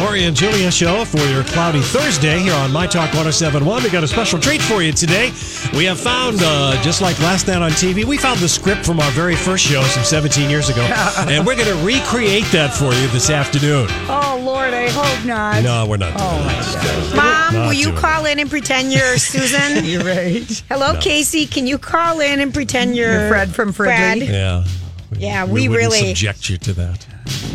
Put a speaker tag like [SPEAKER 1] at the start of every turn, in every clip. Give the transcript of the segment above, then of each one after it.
[SPEAKER 1] Lori and Julia show for your cloudy Thursday here on My Talk 1071. We got a special treat for you today. We have found, uh, just like last night on TV, we found the script from our very first show some 17 years ago. and we're going to recreate that for you this afternoon.
[SPEAKER 2] Oh Lord, I hope not.
[SPEAKER 1] No, we're not doing
[SPEAKER 2] Mom,
[SPEAKER 1] Not
[SPEAKER 2] will you
[SPEAKER 1] doing
[SPEAKER 2] call in and pretend you're Susan?
[SPEAKER 3] You're right.
[SPEAKER 2] Hello, Casey. Can you call in and pretend you're,
[SPEAKER 3] You're Fred from Fridley.
[SPEAKER 2] Fred?
[SPEAKER 1] that. Yeah.
[SPEAKER 2] Oh. Yeah, we
[SPEAKER 1] wouldn't
[SPEAKER 2] really-
[SPEAKER 1] subject you to that.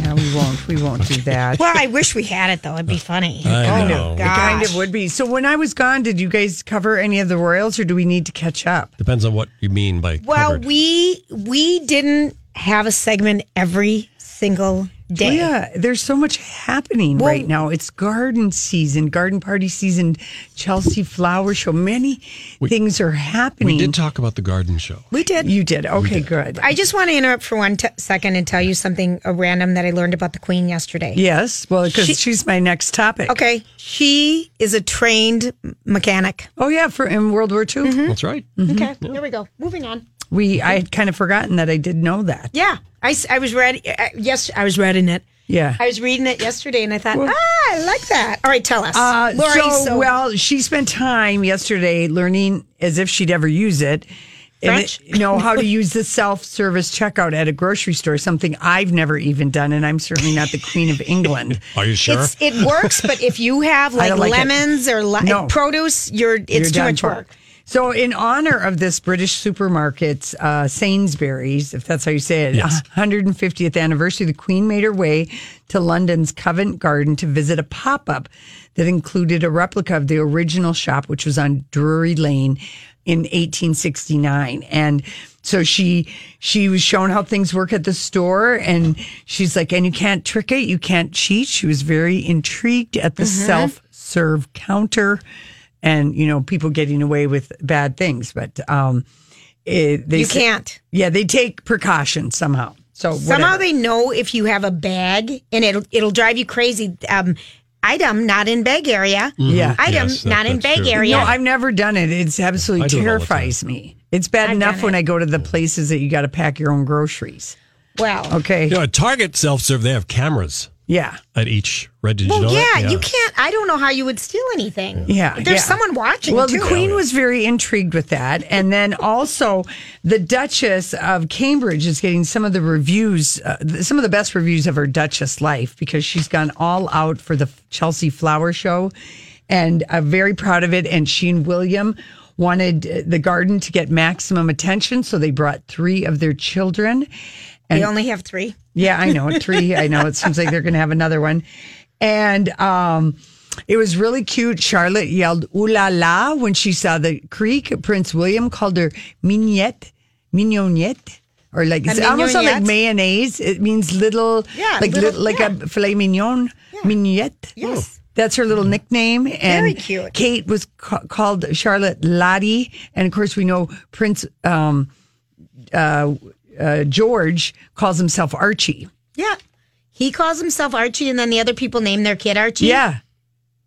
[SPEAKER 3] No, we won't. We won't do that.
[SPEAKER 2] Well, I wish we had it though. It'd be funny.
[SPEAKER 1] I
[SPEAKER 2] oh
[SPEAKER 1] know.
[SPEAKER 2] my
[SPEAKER 1] It
[SPEAKER 2] gosh.
[SPEAKER 3] Kind of would be. So when I was gone, did you guys cover any of the Royals, or do we need to catch up?
[SPEAKER 1] Depends on what you mean by
[SPEAKER 2] Well,
[SPEAKER 1] covered.
[SPEAKER 2] we we didn't have a segment every single day.
[SPEAKER 3] Oh, Yeah, there's so much happening
[SPEAKER 2] Well-
[SPEAKER 3] right now. It's garden season, garden party season, Chelsea Flower Show. Many things are happening.
[SPEAKER 1] We did talk about the garden show.
[SPEAKER 2] We did.
[SPEAKER 3] you did. Okay, good.
[SPEAKER 2] I just want to interrupt for one t- second and tell you something uh, random that I learned about the Queen yesterday.
[SPEAKER 3] yes. Well, because
[SPEAKER 2] She-
[SPEAKER 3] she's my next topic.
[SPEAKER 2] Okay, she is a trained mechanic.
[SPEAKER 3] Oh yeah, for in World War II,
[SPEAKER 2] Mm-hmm.
[SPEAKER 1] That's right.
[SPEAKER 3] Mm-hmm.
[SPEAKER 2] Okay, here we go. Moving on.
[SPEAKER 3] we I had kind of forgotten that I did know that.
[SPEAKER 2] Yeah, I, s- I was read. I- Yes, I was reading it.
[SPEAKER 3] Yeah.
[SPEAKER 2] I was reading it yesterday, and I thought, ah, I like that. All right, tell us,
[SPEAKER 3] Uh,
[SPEAKER 2] Lori.
[SPEAKER 3] so, well, she spent time yesterday learning as if she'd ever use it. and
[SPEAKER 2] French?
[SPEAKER 3] it- know how to use the self-service checkout at a grocery store, something I've never even done, and I'm certainly not the queen of England.
[SPEAKER 1] Are you sure?
[SPEAKER 2] it's, it works, but if you have like,
[SPEAKER 3] don't like it.
[SPEAKER 2] lemons or li-
[SPEAKER 3] No.
[SPEAKER 2] produce, you're it's too
[SPEAKER 3] done
[SPEAKER 2] much
[SPEAKER 3] for.
[SPEAKER 2] work.
[SPEAKER 3] So, in honor of this British supermarket's uh, Sainsbury's, if that's how you say it,
[SPEAKER 1] Yes.
[SPEAKER 3] 150th anniversary, the Queen made her way to London's Covent Garden to visit a pop up that included a replica of the original shop, which was on Drury Lane in 1869. And so she she was shown how things work at the store and she's like and you can't trick it you can't cheat she was very intrigued at the self serve counter and you know people getting away with bad things but um it, they
[SPEAKER 2] You
[SPEAKER 3] sa-
[SPEAKER 2] can't.
[SPEAKER 3] yeah they take precautions somehow so
[SPEAKER 2] Somehow
[SPEAKER 3] whatever.
[SPEAKER 2] they know if you have a bag, and it'll it'll drive you crazy. Um, item not in bag area.
[SPEAKER 3] Yeah.
[SPEAKER 2] item
[SPEAKER 1] Mm-hmm. Yes, that-
[SPEAKER 2] not in
[SPEAKER 1] that's
[SPEAKER 2] bag
[SPEAKER 1] true.
[SPEAKER 2] area.
[SPEAKER 3] no i've never done it it's absolutely
[SPEAKER 1] I do it all the
[SPEAKER 3] terrifies me it's bad
[SPEAKER 2] I've
[SPEAKER 3] enough
[SPEAKER 2] done
[SPEAKER 3] when
[SPEAKER 2] it.
[SPEAKER 3] i go to the places that you got to pack your own groceries
[SPEAKER 2] well,
[SPEAKER 3] okay
[SPEAKER 1] you know, at Target self serve, they have cameras
[SPEAKER 3] yeah
[SPEAKER 1] at each register.
[SPEAKER 2] well, yeah, you can't. I don't know how you would steal anything.
[SPEAKER 3] Yeah,
[SPEAKER 2] But there's
[SPEAKER 3] yeah.
[SPEAKER 2] someone watching.
[SPEAKER 3] Well,
[SPEAKER 2] too.
[SPEAKER 3] the Queen was very intrigued with that, and then also the Duchess of Cambridge is getting some of the reviews, uh, th- some of the best reviews of her Duchess life because she's gone all out for the Chelsea Flower Show, and I'm very proud of it. And she and William wanted uh, the garden to get maximum attention, so they brought three of their children.
[SPEAKER 2] We only have three.
[SPEAKER 3] Yeah, I know. Three. I know. It seems like they're going to have another one. And um, it was really cute. Charlotte yelled "Ooh la la" when she saw the creek. Prince William called her mignette, mignonette, or like
[SPEAKER 2] A
[SPEAKER 3] it's almost sound like
[SPEAKER 2] mignonette?
[SPEAKER 3] mayonnaise. It means little,
[SPEAKER 2] Yeah,
[SPEAKER 3] like
[SPEAKER 2] little-
[SPEAKER 3] little, like a filet mignon, mignonette.
[SPEAKER 2] Yes.
[SPEAKER 3] That's her little nickname. And
[SPEAKER 2] Very cute.
[SPEAKER 3] Kate was ca- called Charlotte Lottie. And of course, we know Prince um, uh, uh, George calls himself Archie.
[SPEAKER 2] Yeah. He calls himself Archie, and then the other people name their kid Archie.
[SPEAKER 3] Yeah.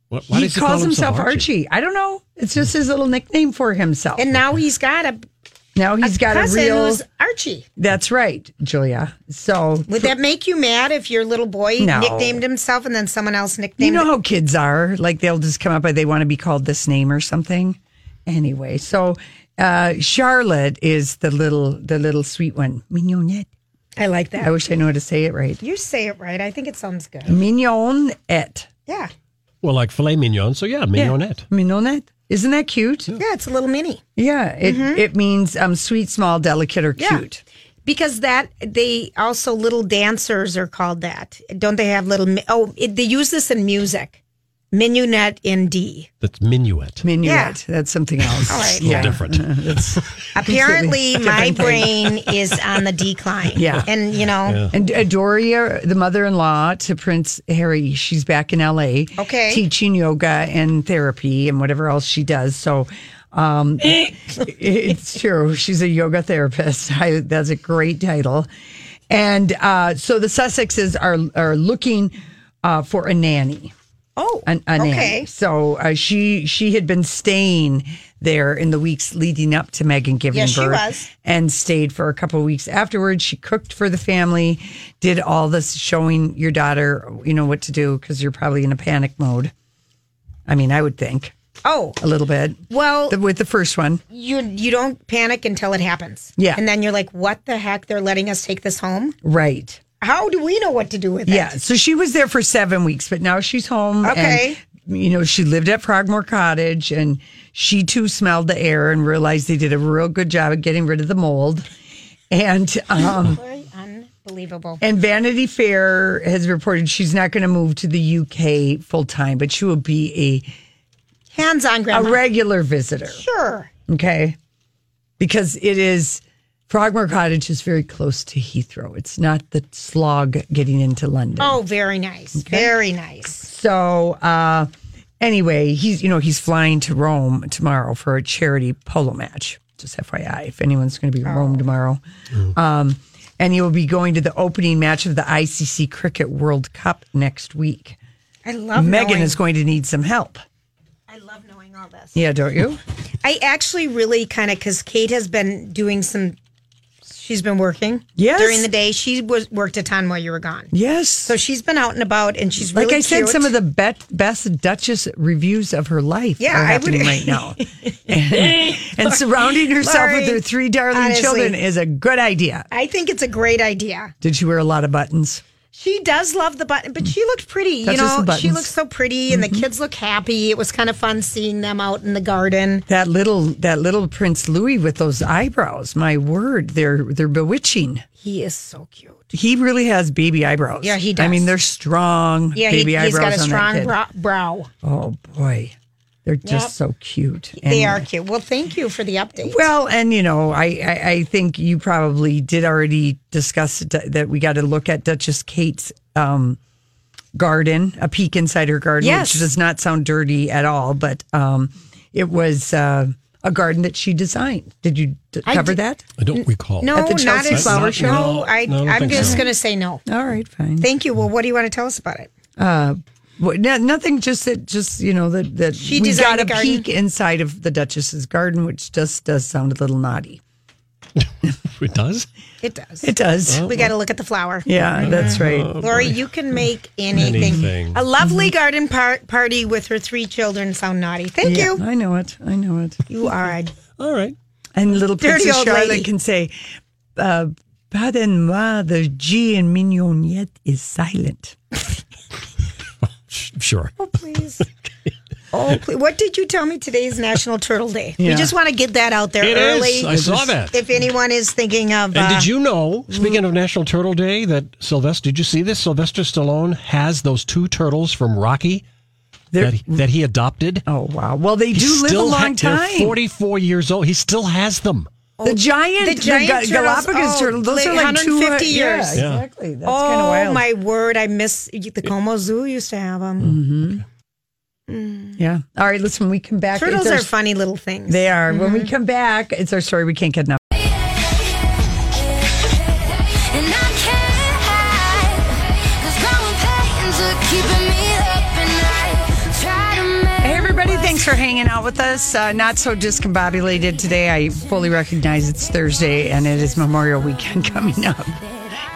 [SPEAKER 1] Why, why
[SPEAKER 3] he
[SPEAKER 1] does
[SPEAKER 3] calls
[SPEAKER 1] call
[SPEAKER 3] himself Archie? I don't know. It's just his little nickname for himself.
[SPEAKER 2] And
[SPEAKER 3] And
[SPEAKER 2] now he's got a,
[SPEAKER 3] now he's got a
[SPEAKER 2] cousin
[SPEAKER 3] real.
[SPEAKER 2] who's Archie.
[SPEAKER 3] That's right, Julia. So
[SPEAKER 2] Would that make you mad if your little boy
[SPEAKER 3] No.
[SPEAKER 2] nicknamed himself and then someone else nicknamed
[SPEAKER 3] you know how kids are. Like they'll just come up and they want to be called this name or something. Anyway, so uh, Charlotte is the little the little sweet one, mignonette.
[SPEAKER 2] I like
[SPEAKER 3] I
[SPEAKER 2] that.
[SPEAKER 3] wish I knew how to say it right.
[SPEAKER 2] You say it right. I think it sounds good.
[SPEAKER 3] Mignonette.
[SPEAKER 2] Yeah.
[SPEAKER 1] Well, like filet mignon. So yeah, mignonette.
[SPEAKER 3] Mignonette. Isn't that cute?
[SPEAKER 2] Yeah, it's a little mini.
[SPEAKER 3] Yeah. It, it means um, sweet, small, delicate, or
[SPEAKER 2] Yeah.
[SPEAKER 3] cute.
[SPEAKER 2] Because that they also little dancers are called that. Don't they have little mi- Oh, it, they use this in music. Minuet in D.
[SPEAKER 1] That's minuet.
[SPEAKER 3] Minuet. That's something else.
[SPEAKER 2] All right.
[SPEAKER 1] A little different.
[SPEAKER 2] Apparently my brain is on the decline.
[SPEAKER 3] Yeah.
[SPEAKER 2] And you know,
[SPEAKER 3] And Adoria, the mother-in-law to Prince Harry, she's back in L.A.
[SPEAKER 2] Okay.
[SPEAKER 3] teaching yoga and therapy and whatever else she does. So, um, it's true. She's a yoga therapist. I, that's a great title. And uh, so the Sussexes are are looking uh, for a nanny.
[SPEAKER 2] oh,
[SPEAKER 3] An, a
[SPEAKER 2] okay.
[SPEAKER 3] nanny. So uh, she she had been staying there in the weeks leading up to Megan giving
[SPEAKER 2] Yes, she
[SPEAKER 3] birth,
[SPEAKER 2] was.
[SPEAKER 3] and stayed for a couple of weeks afterwards. She cooked for the family, did all this showing your daughter, you know what to do because you're probably in a panic mode. I mean, I would think
[SPEAKER 2] Oh,
[SPEAKER 3] a little bit.
[SPEAKER 2] well,
[SPEAKER 3] The- with the first one,
[SPEAKER 2] you you don't panic until it happens.
[SPEAKER 3] Yeah.
[SPEAKER 2] And then you're like, what the heck? They're letting us take this home?
[SPEAKER 3] right?
[SPEAKER 2] How do we know what to do with it?
[SPEAKER 3] Yeah. So she was there for seven weeks, but now she's home. and,
[SPEAKER 2] Okay.
[SPEAKER 3] you know, she lived at Frogmore Cottage and she too smelled the air and realized they did a real good job at getting rid of the mold. And um
[SPEAKER 2] Very unbelievable.
[SPEAKER 3] and Vanity Fair has reported she's not going to move to the UK full time, but she will be
[SPEAKER 2] Hands on
[SPEAKER 3] a a
[SPEAKER 2] grandma.
[SPEAKER 3] regular visitor.
[SPEAKER 2] sure.
[SPEAKER 3] Okay. Because it is Frogmore Cottage is very close to Heathrow. It's not the slog getting into London.
[SPEAKER 2] Oh, very nice. Very nice.
[SPEAKER 3] So uh anyway, he's you know, he's flying to Rome tomorrow for a charity polo match. Just FYI, if anyone's gonna be in
[SPEAKER 2] Oh.
[SPEAKER 3] Rome tomorrow.
[SPEAKER 2] Mm.
[SPEAKER 3] Um and he will be going to the opening match of the ICC Cricket World Cup next week.
[SPEAKER 2] I love
[SPEAKER 3] Megan
[SPEAKER 2] knowing,
[SPEAKER 3] is going to need some help.
[SPEAKER 2] I love knowing all this.
[SPEAKER 3] Yeah, don't you?
[SPEAKER 2] I actually really kind of because Kate has been doing some. She's been working.
[SPEAKER 3] Yes.
[SPEAKER 2] During the day, she was worked a ton while you were gone.
[SPEAKER 3] Yes.
[SPEAKER 2] So she's been out and about, and she's
[SPEAKER 3] like
[SPEAKER 2] really
[SPEAKER 3] I said,
[SPEAKER 2] cute.
[SPEAKER 3] some of the bet, best Duchess reviews of her life
[SPEAKER 2] Yeah,
[SPEAKER 3] are
[SPEAKER 2] I would-
[SPEAKER 3] happening right now. and, and surrounding herself with
[SPEAKER 2] Lori,
[SPEAKER 3] her three darling
[SPEAKER 2] honestly.
[SPEAKER 3] children is a good idea.
[SPEAKER 2] I think it's a great idea.
[SPEAKER 3] Did she wear a lot of buttons?
[SPEAKER 2] She does love the button, but she looked pretty.
[SPEAKER 3] Touches the
[SPEAKER 2] you know, she
[SPEAKER 3] buttons. Mm-hmm.
[SPEAKER 2] looks so pretty, and the kids look happy. It was kind of fun seeing them out in the garden.
[SPEAKER 3] That little that little Prince Louis with those eyebrows, my word, they're they're bewitching.
[SPEAKER 2] He is so cute.
[SPEAKER 3] He really has baby eyebrows.
[SPEAKER 2] Yeah, he
[SPEAKER 3] I
[SPEAKER 2] does.
[SPEAKER 3] mean, they're strong
[SPEAKER 2] Yeah,
[SPEAKER 3] baby
[SPEAKER 2] he,
[SPEAKER 3] eyebrows
[SPEAKER 2] he's got a
[SPEAKER 3] on that
[SPEAKER 2] strong
[SPEAKER 3] kid.
[SPEAKER 2] bro- brow.
[SPEAKER 3] Oh boy, they're just
[SPEAKER 2] Yep.
[SPEAKER 3] so cute.
[SPEAKER 2] They
[SPEAKER 3] Anyway.
[SPEAKER 2] are cute. Well, thank you for the update.
[SPEAKER 3] Well, and you know, I, I, I think you probably did already discuss that that we got to look at Duchess Kate's um, garden, a peek inside her garden,
[SPEAKER 2] Yes.
[SPEAKER 3] which does not sound dirty at all, but um, it was uh, a garden that she designed. Did you d- cover
[SPEAKER 2] did-
[SPEAKER 3] that?
[SPEAKER 1] I don't recall.
[SPEAKER 2] no,
[SPEAKER 3] at the
[SPEAKER 2] not
[SPEAKER 3] Chelsea
[SPEAKER 2] at
[SPEAKER 3] Flower
[SPEAKER 2] flower
[SPEAKER 3] Show?
[SPEAKER 2] show. No,
[SPEAKER 1] No,
[SPEAKER 2] I,
[SPEAKER 1] no, I don't
[SPEAKER 2] I'm
[SPEAKER 1] think
[SPEAKER 2] just
[SPEAKER 1] so.
[SPEAKER 2] going to say no.
[SPEAKER 3] All right, fine.
[SPEAKER 2] Thank you. Well, what do you want to tell us about it?
[SPEAKER 3] Well, no, nothing. Just that. Just you know that that
[SPEAKER 2] She
[SPEAKER 3] we
[SPEAKER 2] designed
[SPEAKER 3] got a
[SPEAKER 2] the garden.
[SPEAKER 3] peek inside of the Duchess's garden, which just does sound a little naughty.
[SPEAKER 1] It does?
[SPEAKER 2] It does.
[SPEAKER 3] It does.
[SPEAKER 2] we got to look at the flower.
[SPEAKER 3] Yeah, that's
[SPEAKER 1] Um,
[SPEAKER 3] right.
[SPEAKER 2] Lori, you can make anything.
[SPEAKER 1] Anything.
[SPEAKER 2] A lovely
[SPEAKER 3] Mm-hmm.
[SPEAKER 2] garden par- party with her three children sound naughty. Thank
[SPEAKER 3] Yeah,
[SPEAKER 2] you.
[SPEAKER 3] I know it. I know it.
[SPEAKER 2] You are a
[SPEAKER 1] All right.
[SPEAKER 3] And little
[SPEAKER 2] Dirty
[SPEAKER 3] Princess
[SPEAKER 2] old
[SPEAKER 3] Charlotte
[SPEAKER 2] lady.
[SPEAKER 3] can say, uh, Pardon moi, the G in mignonette is silent.
[SPEAKER 1] Sh- Sure.
[SPEAKER 2] Oh, please. Oh, please. What did you tell me today is National Turtle Day?
[SPEAKER 3] Yeah.
[SPEAKER 2] We just want to get that out there
[SPEAKER 1] It is.
[SPEAKER 2] early.
[SPEAKER 1] I saw that.
[SPEAKER 2] If anyone is thinking of.
[SPEAKER 1] And
[SPEAKER 2] uh,
[SPEAKER 1] did you know,
[SPEAKER 3] mm-hmm.
[SPEAKER 1] speaking of National Turtle Day, that Sylvester, did you see this? Sylvester Stallone has those two turtles from Rocky
[SPEAKER 3] They're-
[SPEAKER 1] that he, that he adopted.
[SPEAKER 3] oh, wow. Well, they
[SPEAKER 1] He
[SPEAKER 3] do live a
[SPEAKER 1] still
[SPEAKER 3] long
[SPEAKER 1] ha- they're
[SPEAKER 3] time.
[SPEAKER 1] 44 years old. He still has them.
[SPEAKER 3] the giant,
[SPEAKER 2] The
[SPEAKER 3] the,
[SPEAKER 2] giant
[SPEAKER 3] Ga-
[SPEAKER 2] turtles,
[SPEAKER 3] Galapagos
[SPEAKER 2] oh,
[SPEAKER 3] turtle, those
[SPEAKER 2] like
[SPEAKER 3] are like 200
[SPEAKER 2] 150 years.
[SPEAKER 3] Yeah,
[SPEAKER 1] Yeah.
[SPEAKER 3] exactly. That's kind of
[SPEAKER 2] Oh,
[SPEAKER 3] wild.
[SPEAKER 2] my word. I miss. The Como Zoo used to have them.
[SPEAKER 3] Mm-hmm. Yeah. All right, listen, when we come back.
[SPEAKER 2] Turtles
[SPEAKER 3] it's our-
[SPEAKER 2] are funny little things.
[SPEAKER 3] They are. When we come back, it's our story we can't get enough.
[SPEAKER 4] And I can't hide, 'cause growing pains are keeping me up at night. Try to make
[SPEAKER 3] Hey, everybody, thanks for hanging out with us. Uh, not so discombobulated today. I fully recognize it's Thursday and it is Memorial Weekend coming up.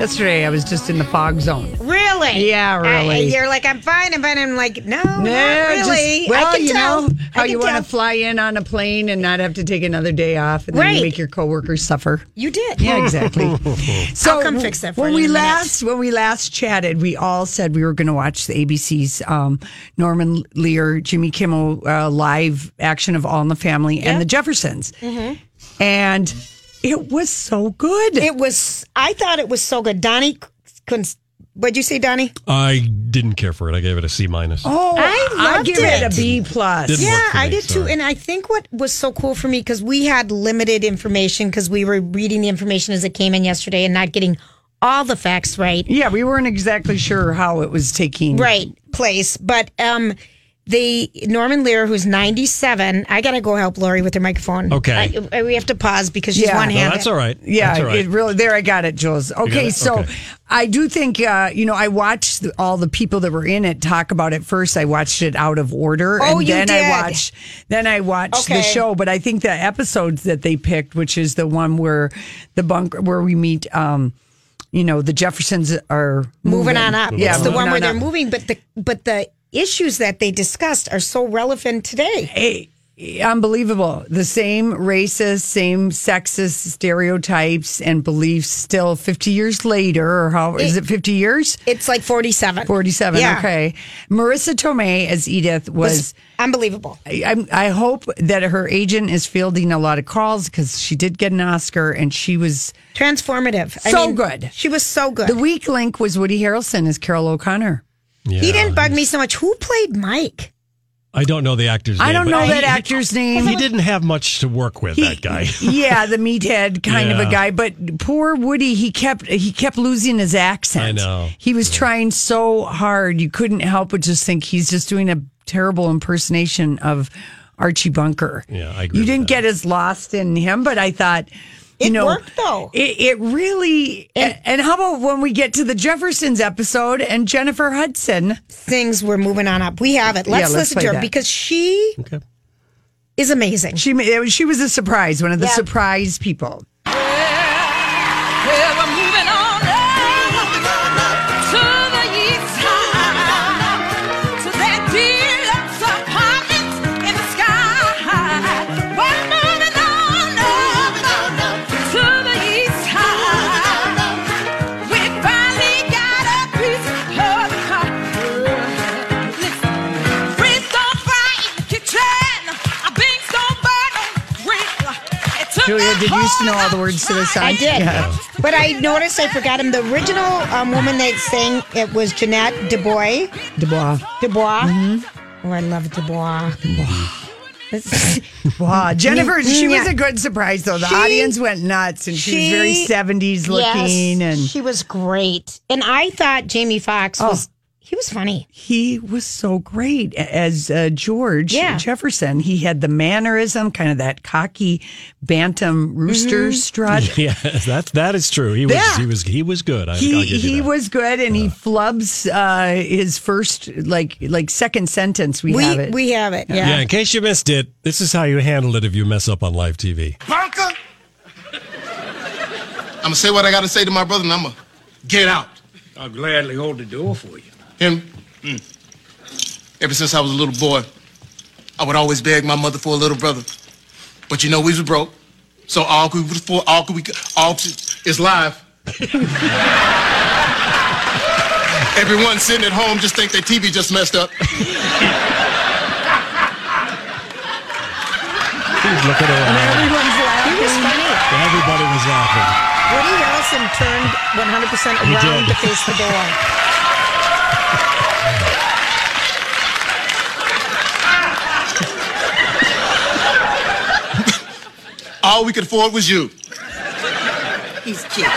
[SPEAKER 3] Yesterday, I was just in the fog zone.
[SPEAKER 2] Really? really?
[SPEAKER 3] Yeah, really.
[SPEAKER 2] I- you're like, I'm fine, I'm fine. I'm like, no, not
[SPEAKER 3] Yeah, just-
[SPEAKER 2] really.
[SPEAKER 3] well,
[SPEAKER 2] I can
[SPEAKER 3] you
[SPEAKER 2] tell.
[SPEAKER 3] know how
[SPEAKER 2] I can
[SPEAKER 3] you want
[SPEAKER 2] tell.
[SPEAKER 3] to fly in on a plane and not have to take another day off, and then you
[SPEAKER 2] Right.
[SPEAKER 3] make your coworkers suffer.
[SPEAKER 2] You did.
[SPEAKER 3] Yeah, exactly. so
[SPEAKER 2] I'll come fix that for
[SPEAKER 3] when
[SPEAKER 2] you
[SPEAKER 3] we
[SPEAKER 2] in a minute.
[SPEAKER 3] last when we last chatted, we all said we were going to watch the ABC's um, Norman Lear, Jimmy Kimmel uh, live action of All in the Family and the Jeffersons, and it was so good.
[SPEAKER 2] Mm-hmm. It was. I thought it was so good. Donnie, couldn't, what'd you say, Donnie?
[SPEAKER 1] I didn't care for it. I gave it a C minus.
[SPEAKER 3] oh,
[SPEAKER 2] I
[SPEAKER 3] I
[SPEAKER 2] loved
[SPEAKER 3] give it,
[SPEAKER 2] it.
[SPEAKER 3] a B plus.
[SPEAKER 1] Didn't
[SPEAKER 2] Yeah,
[SPEAKER 1] work for
[SPEAKER 2] I
[SPEAKER 1] me,
[SPEAKER 2] did too.
[SPEAKER 1] sorry.
[SPEAKER 2] And I think what was so cool for me because we had limited information because we were reading the information as it came in yesterday and not getting all the facts right.
[SPEAKER 3] Yeah, we weren't exactly sure how it was taking.
[SPEAKER 2] Right place, but um, the Norman Lear, who's ninety-seven, I gotta go help Lori with her microphone.
[SPEAKER 1] Okay.
[SPEAKER 2] I, I- we have to pause because she's
[SPEAKER 3] Yeah.
[SPEAKER 1] no,
[SPEAKER 2] one-handed.
[SPEAKER 1] that's all right.
[SPEAKER 3] Yeah,
[SPEAKER 1] That's all right.
[SPEAKER 3] it really. There, I got it, Jules. Okay,
[SPEAKER 1] it?
[SPEAKER 3] so
[SPEAKER 1] Okay.
[SPEAKER 3] I do think uh, you know I watched the, all the people that were in it talk about it first. I watched it out of order,
[SPEAKER 2] Oh,
[SPEAKER 3] and
[SPEAKER 2] you
[SPEAKER 3] then I
[SPEAKER 2] did.
[SPEAKER 3] watched then I watched the
[SPEAKER 2] Okay.
[SPEAKER 3] show. But I think the episodes that they picked, which is the one where the bunker where we meet, um, you know, the Jeffersons are
[SPEAKER 2] moving on up.
[SPEAKER 3] Yeah,
[SPEAKER 2] it's the
[SPEAKER 3] moving
[SPEAKER 2] one where
[SPEAKER 3] on
[SPEAKER 2] they're
[SPEAKER 3] up.
[SPEAKER 2] moving, but the but the issues that they discussed are so relevant today.
[SPEAKER 3] Eh, unbelievable. The same racist, same sexist stereotypes and beliefs still 50 years later, or how is it 50 years?
[SPEAKER 2] It's like forty-seven.
[SPEAKER 3] 47.
[SPEAKER 2] Yeah.
[SPEAKER 3] Okay. Marissa Tomei as Edith was.
[SPEAKER 2] Unbelievable.
[SPEAKER 3] I, I'm- I hope that her agent is fielding a lot of calls because she did get an Oscar and she was.
[SPEAKER 2] Transformative. I
[SPEAKER 3] So
[SPEAKER 2] mean,
[SPEAKER 3] good.
[SPEAKER 2] She was so good.
[SPEAKER 3] The weak link was Woody Harrelson as Carol O'Connor.
[SPEAKER 1] Yeah.
[SPEAKER 2] He didn't bug me so much. Who played Mike?
[SPEAKER 1] I don't know the actor's
[SPEAKER 3] I
[SPEAKER 1] name.
[SPEAKER 3] don't
[SPEAKER 1] but
[SPEAKER 3] know
[SPEAKER 1] he-
[SPEAKER 3] that actor's name.
[SPEAKER 1] He didn't have much to work with, that guy.
[SPEAKER 3] yeah, the meathead kind of
[SPEAKER 1] Yeah.
[SPEAKER 3] a guy, but poor Woody, he kept he kept losing his accent.
[SPEAKER 1] I know.
[SPEAKER 3] He was trying so hard, you couldn't help but just think he's just doing a terrible impersonation of Archie Bunker.
[SPEAKER 1] Yeah, I agree
[SPEAKER 3] You
[SPEAKER 1] with
[SPEAKER 3] didn't
[SPEAKER 1] that.
[SPEAKER 3] get as lost in him, but I thought you
[SPEAKER 2] It
[SPEAKER 3] know,
[SPEAKER 2] worked, though.
[SPEAKER 3] It, it really. And, and how about when we get to the Jeffersons episode and Jennifer Hudson?
[SPEAKER 2] Things were moving on up. We have it. Let's,
[SPEAKER 3] let's
[SPEAKER 2] listen
[SPEAKER 3] play
[SPEAKER 2] to her
[SPEAKER 3] that.
[SPEAKER 2] because she
[SPEAKER 1] Okay.
[SPEAKER 2] is amazing.
[SPEAKER 3] She ma- it was- she was a surprise, one of the surprise people.
[SPEAKER 4] Well, we're moving on up to the east side, to that deluxe apartment in the sky. We're moving on up to the east side. We finally got a piece of the pie. Listen. Grease don't fry in the kitchen. A beans don't burn on the grill. It took
[SPEAKER 3] Julia,
[SPEAKER 4] that
[SPEAKER 3] did you used to know
[SPEAKER 4] whole
[SPEAKER 3] all the words to this song?
[SPEAKER 2] I did.
[SPEAKER 3] Yeah.
[SPEAKER 2] But I noticed I forgot him. The original um, woman that sang it was Jeanette Dubois.
[SPEAKER 3] Dubois.
[SPEAKER 2] Dubois.
[SPEAKER 3] Mm-hmm.
[SPEAKER 2] Oh, I love Dubois. That's-
[SPEAKER 3] Wow, Jennifer,
[SPEAKER 2] Mm,
[SPEAKER 3] she
[SPEAKER 2] yeah.
[SPEAKER 3] was a good surprise though. The
[SPEAKER 2] She-
[SPEAKER 3] audience went nuts, and she, was very
[SPEAKER 2] she-
[SPEAKER 3] seventies
[SPEAKER 2] Yes,
[SPEAKER 3] looking, and Oh.
[SPEAKER 2] she was great. And I thought Jamie Foxx was he was funny.
[SPEAKER 3] he was so great a- as uh, George
[SPEAKER 2] Yeah.
[SPEAKER 3] Jefferson. He had the mannerism, kind of that cocky bantam rooster strut.
[SPEAKER 1] Yeah, that that is true. He was
[SPEAKER 3] Yeah.
[SPEAKER 1] he was he was good. I, I'll
[SPEAKER 3] He
[SPEAKER 1] give you
[SPEAKER 3] he
[SPEAKER 1] that.
[SPEAKER 3] was good, and he flubs uh, his first like like second sentence. We,
[SPEAKER 2] We
[SPEAKER 3] have it.
[SPEAKER 2] we have it.
[SPEAKER 1] Yeah,
[SPEAKER 2] Yeah.
[SPEAKER 1] in case you missed it, this is how you handle it if you mess up on live TV.
[SPEAKER 5] Bunker. I'm gonna say what I gotta say to my brother, and I'm gonna get out.
[SPEAKER 6] I'll gladly hold the door for you.
[SPEAKER 5] Henry, Hmm. ever since I was a little boy, I would always beg my mother for a little brother. But you know, we was broke, so all we could afford, all we could, all is live. Everyone sitting at home just think their TV just messed up.
[SPEAKER 1] He's looking
[SPEAKER 3] And
[SPEAKER 1] around.
[SPEAKER 3] everyone's
[SPEAKER 2] He was
[SPEAKER 3] laughing.
[SPEAKER 2] funny.
[SPEAKER 1] Everybody was laughing.
[SPEAKER 2] Woody Harrelson turned 100%
[SPEAKER 1] He
[SPEAKER 2] around
[SPEAKER 1] did.
[SPEAKER 2] to face the door.
[SPEAKER 5] All we could afford was you.
[SPEAKER 2] He's cute.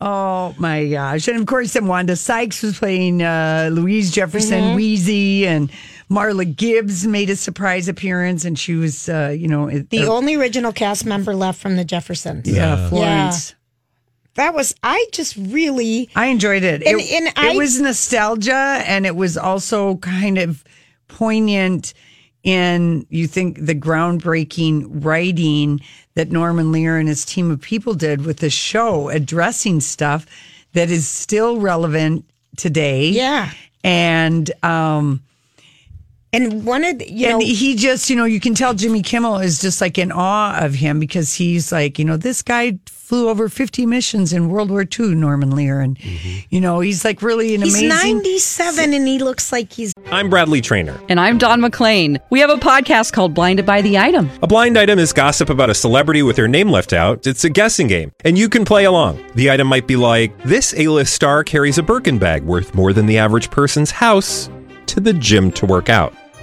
[SPEAKER 3] Oh my gosh. And of course, then Wanda Sykes was playing uh, Louise Jefferson,
[SPEAKER 2] Mm-hmm.
[SPEAKER 3] Wheezy, and Marla Gibbs made a surprise appearance. And she was, uh, you know, it-
[SPEAKER 2] The
[SPEAKER 3] uh,
[SPEAKER 2] only original cast member left from the Jeffersons.
[SPEAKER 3] yeah, Florence.
[SPEAKER 2] That was, I just really,
[SPEAKER 3] I enjoyed it.
[SPEAKER 2] And-
[SPEAKER 3] it,
[SPEAKER 2] and
[SPEAKER 3] it
[SPEAKER 2] I-
[SPEAKER 3] was nostalgia and it was also kind of poignant in you think the groundbreaking writing that Norman Lear and his team of people did with the show addressing stuff that is still relevant today.
[SPEAKER 2] Yeah.
[SPEAKER 3] And um
[SPEAKER 2] And one of the, you
[SPEAKER 3] and
[SPEAKER 2] know,
[SPEAKER 3] he just, you know, you can tell Jimmy Kimmel is just like in awe of him because he's like, you know, this guy flew over 50 missions in World War II, Norman Lear. And,
[SPEAKER 1] Mm-hmm.
[SPEAKER 3] you know, he's like really an
[SPEAKER 2] he's
[SPEAKER 3] amazing.
[SPEAKER 2] 97 and he looks like he's
[SPEAKER 7] I'm Bradley Trainer.
[SPEAKER 8] And I'm Don McClain. We have a podcast called Blinded by the Item.
[SPEAKER 7] A blind item is gossip about a celebrity with their name left out. It's a guessing game, and you can play along. The item might be like this: A-list star carries a Birkin bag worth more than the average person's house to the gym to work out.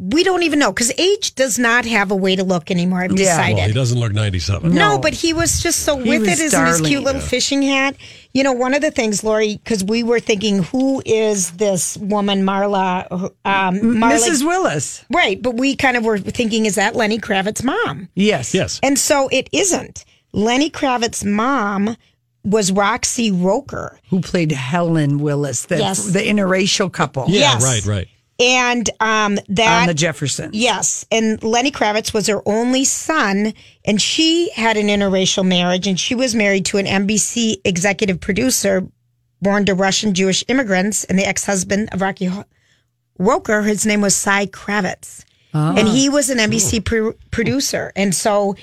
[SPEAKER 2] we don't even know because age does not have a way to look anymore. I've
[SPEAKER 3] Yeah.
[SPEAKER 2] decided.
[SPEAKER 1] Well, he doesn't look 97.
[SPEAKER 2] No,
[SPEAKER 3] No.
[SPEAKER 2] but he was just so
[SPEAKER 3] He
[SPEAKER 2] with
[SPEAKER 3] was
[SPEAKER 2] it is in his
[SPEAKER 3] darling.
[SPEAKER 2] cute little fishing hat. You know, one of the things, Lori, because we were thinking, who is this woman, Marla? Um, Marla
[SPEAKER 3] Mrs. Willis.
[SPEAKER 2] Right, but we kind of were thinking, is that Lenny Kravitz's mom?
[SPEAKER 3] Yes.
[SPEAKER 1] Yes.
[SPEAKER 2] And so it isn't. Lenny Kravitz's mom was Roxy Roker.
[SPEAKER 3] Who played Helen Willis, the,
[SPEAKER 2] Yes.
[SPEAKER 3] the interracial couple
[SPEAKER 1] yeah,
[SPEAKER 2] yes.
[SPEAKER 1] right, right.
[SPEAKER 2] And um, that
[SPEAKER 3] on the Jeffersons.
[SPEAKER 2] Yes, and Lenny Kravitz was her only son, and she had an interracial marriage, and she was married to an NBC executive producer born to Russian Jewish immigrants, and the ex husband of Rocky Ho- Roker, his name was Cy Kravitz,
[SPEAKER 3] Ah.
[SPEAKER 2] and he was an
[SPEAKER 1] Oh.
[SPEAKER 2] NBC pro- producer, and so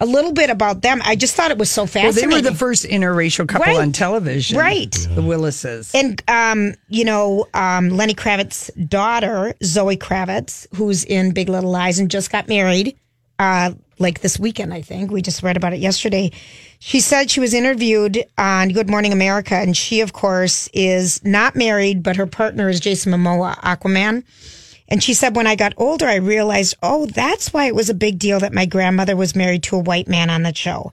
[SPEAKER 2] a little bit about them. I just thought it was so
[SPEAKER 3] Well, they
[SPEAKER 2] fascinating.
[SPEAKER 3] were the first interracial couple
[SPEAKER 2] Right.
[SPEAKER 3] on television.
[SPEAKER 2] Right.
[SPEAKER 3] The Willises.
[SPEAKER 2] And um, you know, um, Lenny Kravitz's daughter Zoe Kravitz, who's in Big Little Lies and just got married, uh, like this weekend, I think we just read about it yesterday. She said she was interviewed on Good Morning America, and she, of course, is not married, but her partner is Jason Momoa, Aquaman. And she said, when I got older, I realized, oh, that's why it was a big deal that my grandmother was married to a white man on the show.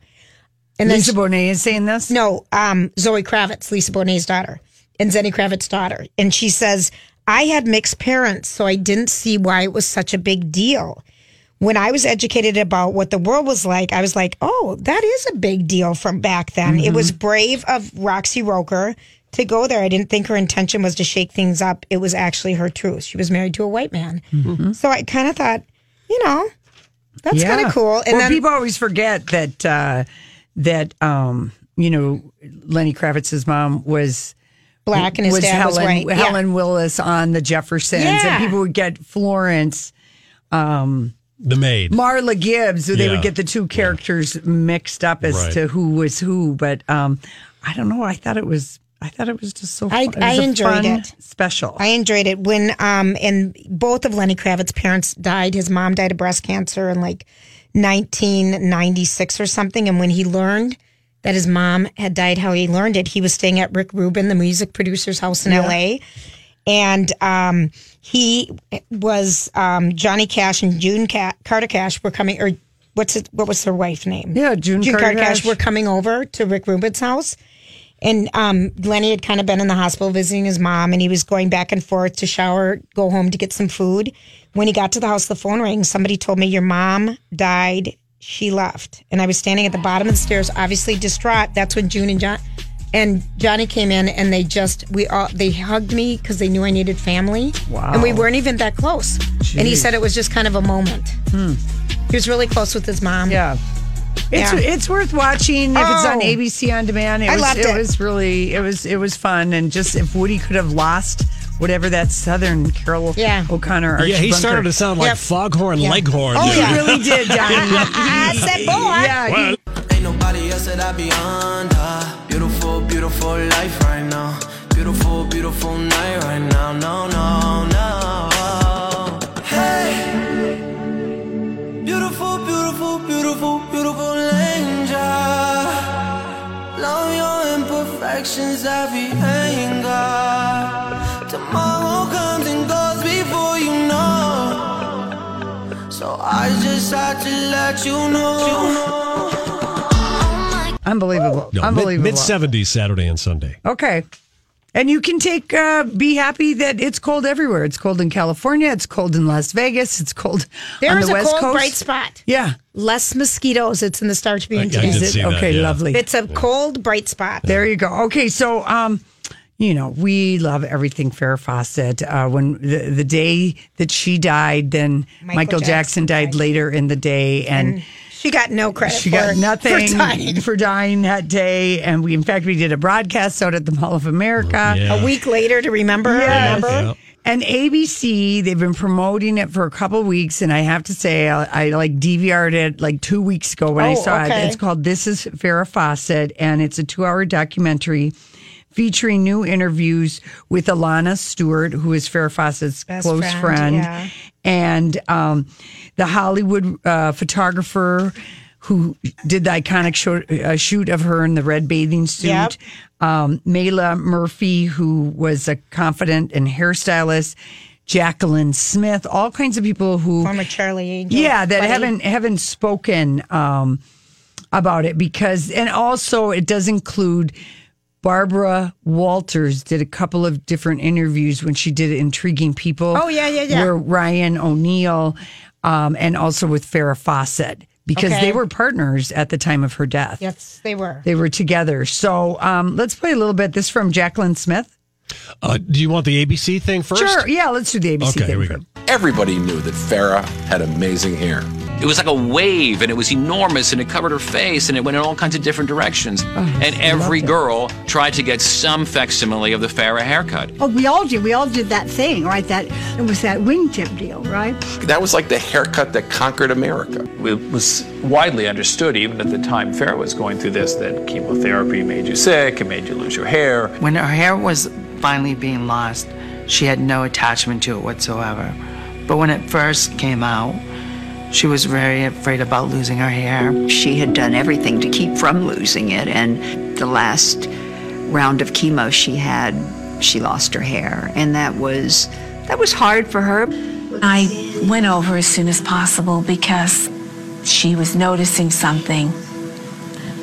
[SPEAKER 2] And
[SPEAKER 3] Lisa Bonet is saying this?
[SPEAKER 2] no, um, Zoe Kravitz, Lisa Bonet's daughter, and Zenny Kravitz's daughter. And she says, I had mixed parents, so I didn't see why it was such a big deal. When I was educated about what the world was like, I was like, oh, that is a big deal from back then.
[SPEAKER 3] Mm-hmm.
[SPEAKER 2] It was brave of Roxy Roker to go there. I didn't think her intention was to shake things up. It was actually her truth. She was married to a white man. So I kind of thought, you know, that's
[SPEAKER 3] Mm-hmm. Yeah.
[SPEAKER 2] kind of cool. And
[SPEAKER 3] well,
[SPEAKER 2] then,
[SPEAKER 3] people always forget that uh, that um, you know Lenny Kravitz's mom was
[SPEAKER 2] black and his
[SPEAKER 3] was
[SPEAKER 2] dad
[SPEAKER 3] Helen
[SPEAKER 2] was white. Yeah.
[SPEAKER 3] Helen Willis on the Jeffersons,
[SPEAKER 2] Yeah.
[SPEAKER 3] and people would get Florence
[SPEAKER 1] The maid.
[SPEAKER 3] Marla Gibbs. They
[SPEAKER 1] Yeah.
[SPEAKER 3] would get the two characters mixed up as
[SPEAKER 1] Right.
[SPEAKER 3] to who was who. But um, I don't know. I thought it was. I thought it was just so.
[SPEAKER 2] I-
[SPEAKER 3] fun. It was
[SPEAKER 2] I
[SPEAKER 3] a
[SPEAKER 2] enjoyed
[SPEAKER 3] fun
[SPEAKER 2] it.
[SPEAKER 3] Special.
[SPEAKER 2] I enjoyed it when um and both of Lenny Kravitz's parents died. His mom died of breast cancer in like 1996 or something and when he learned that his mom had died how he learned it, he was staying at Rick Rubin, the music producer's house in LA. And um he was um Johnny Cash and June Ca- Carter Cash were coming or what's it what was their wife's name?
[SPEAKER 3] Yeah, June Carter
[SPEAKER 2] Cash
[SPEAKER 3] Cash.
[SPEAKER 2] were coming over to Rick Rubin's house. And um, Lenny had kind of been in the hospital visiting his mom, and he was going back and forth to shower, go home to get some food. When he got to the house, the phone rang. Somebody told me, Your mom died. She left. And I was standing at the bottom of the stairs, obviously distraught. That's when June and John. And Johnny came in and they just, we all, they hugged me because they knew I needed family. Wow. And we weren't even that close. And he said it was just kind of a moment. He was really close with his mom.
[SPEAKER 3] Yeah. It's,
[SPEAKER 2] Yeah.
[SPEAKER 3] it's worth watching if it's on
[SPEAKER 2] Oh.
[SPEAKER 3] ABC on demand. It
[SPEAKER 2] I
[SPEAKER 3] was,
[SPEAKER 2] loved it.
[SPEAKER 3] was really it was it was fun and just if Woody could have lost whatever that Southern Carol
[SPEAKER 2] Yeah.
[SPEAKER 3] O'Connor. Archie
[SPEAKER 1] yeah, he started
[SPEAKER 3] Bunker-
[SPEAKER 1] to sound like
[SPEAKER 2] Yep.
[SPEAKER 1] Foghorn Leghorn.
[SPEAKER 2] Oh,
[SPEAKER 3] He
[SPEAKER 2] yeah.
[SPEAKER 3] really did. Don.
[SPEAKER 2] I said, boy.
[SPEAKER 3] yeah, he-
[SPEAKER 9] Ain't nobody else that I be under. Beautiful, beautiful life right now. Beautiful, beautiful night right now. No, no, no. Hey, beautiful, beautiful, beautiful, beautiful angel. Love your imperfections, every anger. Tomorrow comes and goes before you know. So I just had to let you know.
[SPEAKER 3] unbelievable,
[SPEAKER 1] No,
[SPEAKER 3] unbelievable.
[SPEAKER 1] Mid 70s, Saturday and Sunday.
[SPEAKER 3] okay, And you can take, uh, be happy that it's cold everywhere. It's cold in California. It's cold in Las Vegas. It's cold
[SPEAKER 2] There
[SPEAKER 3] on
[SPEAKER 2] is
[SPEAKER 3] the
[SPEAKER 2] a
[SPEAKER 3] West
[SPEAKER 2] cold,
[SPEAKER 3] Coast.
[SPEAKER 2] bright spot.
[SPEAKER 3] Yeah.
[SPEAKER 2] Less mosquitoes. It's in the Star Tribune
[SPEAKER 1] I
[SPEAKER 2] today.
[SPEAKER 1] did see that,
[SPEAKER 3] okay,
[SPEAKER 1] yeah.
[SPEAKER 3] lovely.
[SPEAKER 2] It's a cold, bright spot.
[SPEAKER 3] There you go. Okay, so um, you know we love everything Farrah Fawcett. Uh, when the, the day that she died, then Michael,
[SPEAKER 2] Michael Jackson
[SPEAKER 3] Jackson, died later in the day, and,
[SPEAKER 2] She got no credit.
[SPEAKER 3] she
[SPEAKER 2] for,
[SPEAKER 3] got nothing
[SPEAKER 2] For dying.
[SPEAKER 3] for dying that day. And we, in fact, we did a broadcast out at the Mall of America.
[SPEAKER 1] Yeah.
[SPEAKER 2] A week later to remember her. Remember?
[SPEAKER 1] Yeah.
[SPEAKER 3] And ABC, they've been promoting it for a couple weeks, and I have to say, I, I like DVR'd it like two weeks ago when I
[SPEAKER 2] Oh,
[SPEAKER 3] saw
[SPEAKER 2] okay.
[SPEAKER 3] it. It's called "This Is Farrah Fawcett," and it's a two-hour documentary featuring new interviews with Alana Stewart, who is Farrah Fawcett's
[SPEAKER 2] Best
[SPEAKER 3] close friend,
[SPEAKER 2] friend, yeah.
[SPEAKER 3] and um, the Hollywood uh, photographer who did the iconic show, uh, shoot of her in the red bathing suit.
[SPEAKER 2] Yep.
[SPEAKER 3] Um, Mayla Murphy, who was a confident and hairstylist. Jacqueline Smith, all kinds of people who
[SPEAKER 2] Former Charlie Angel.
[SPEAKER 3] yeah that
[SPEAKER 2] buddy.
[SPEAKER 3] haven't haven't spoken um about it because and also it does include Barbara Walters did a couple of different interviews when she did Intriguing People.
[SPEAKER 2] Oh, yeah, yeah, yeah.
[SPEAKER 3] Where Ryan O'Neill um, and also with Farrah Fawcett because
[SPEAKER 2] Okay.
[SPEAKER 3] they were partners at the time of her death.
[SPEAKER 2] Yes, they were.
[SPEAKER 3] They were together. So um, let's play a little bit. This from Jacqueline Smith.
[SPEAKER 1] Uh, do you want the ABC thing first?
[SPEAKER 3] Sure. Yeah, let's do the ABC
[SPEAKER 1] Okay,
[SPEAKER 3] thing.
[SPEAKER 1] here we
[SPEAKER 3] first.
[SPEAKER 1] go.
[SPEAKER 10] Everybody knew that Farah had amazing hair. It was like a wave and it was enormous and it covered her face and it went in all kinds of different directions. and every girl tried to get some facsimile of the Farah haircut.
[SPEAKER 11] Oh, we all did. We all did that thing, right? That it was that wingtip deal, right?
[SPEAKER 10] That was like the haircut that conquered America.
[SPEAKER 9] It was widely understood, even at the time Farrah was going through this, that chemotherapy made you sick, it made you lose your hair.
[SPEAKER 12] When her hair was finally being lost, she had no attachment to it whatsoever. But when it first came out, she was very afraid about losing her hair.
[SPEAKER 13] She had done everything to keep from losing it, and the last round of chemo she had, she lost her hair, and that was that was hard for her.
[SPEAKER 14] I went over as soon as possible because she was noticing something.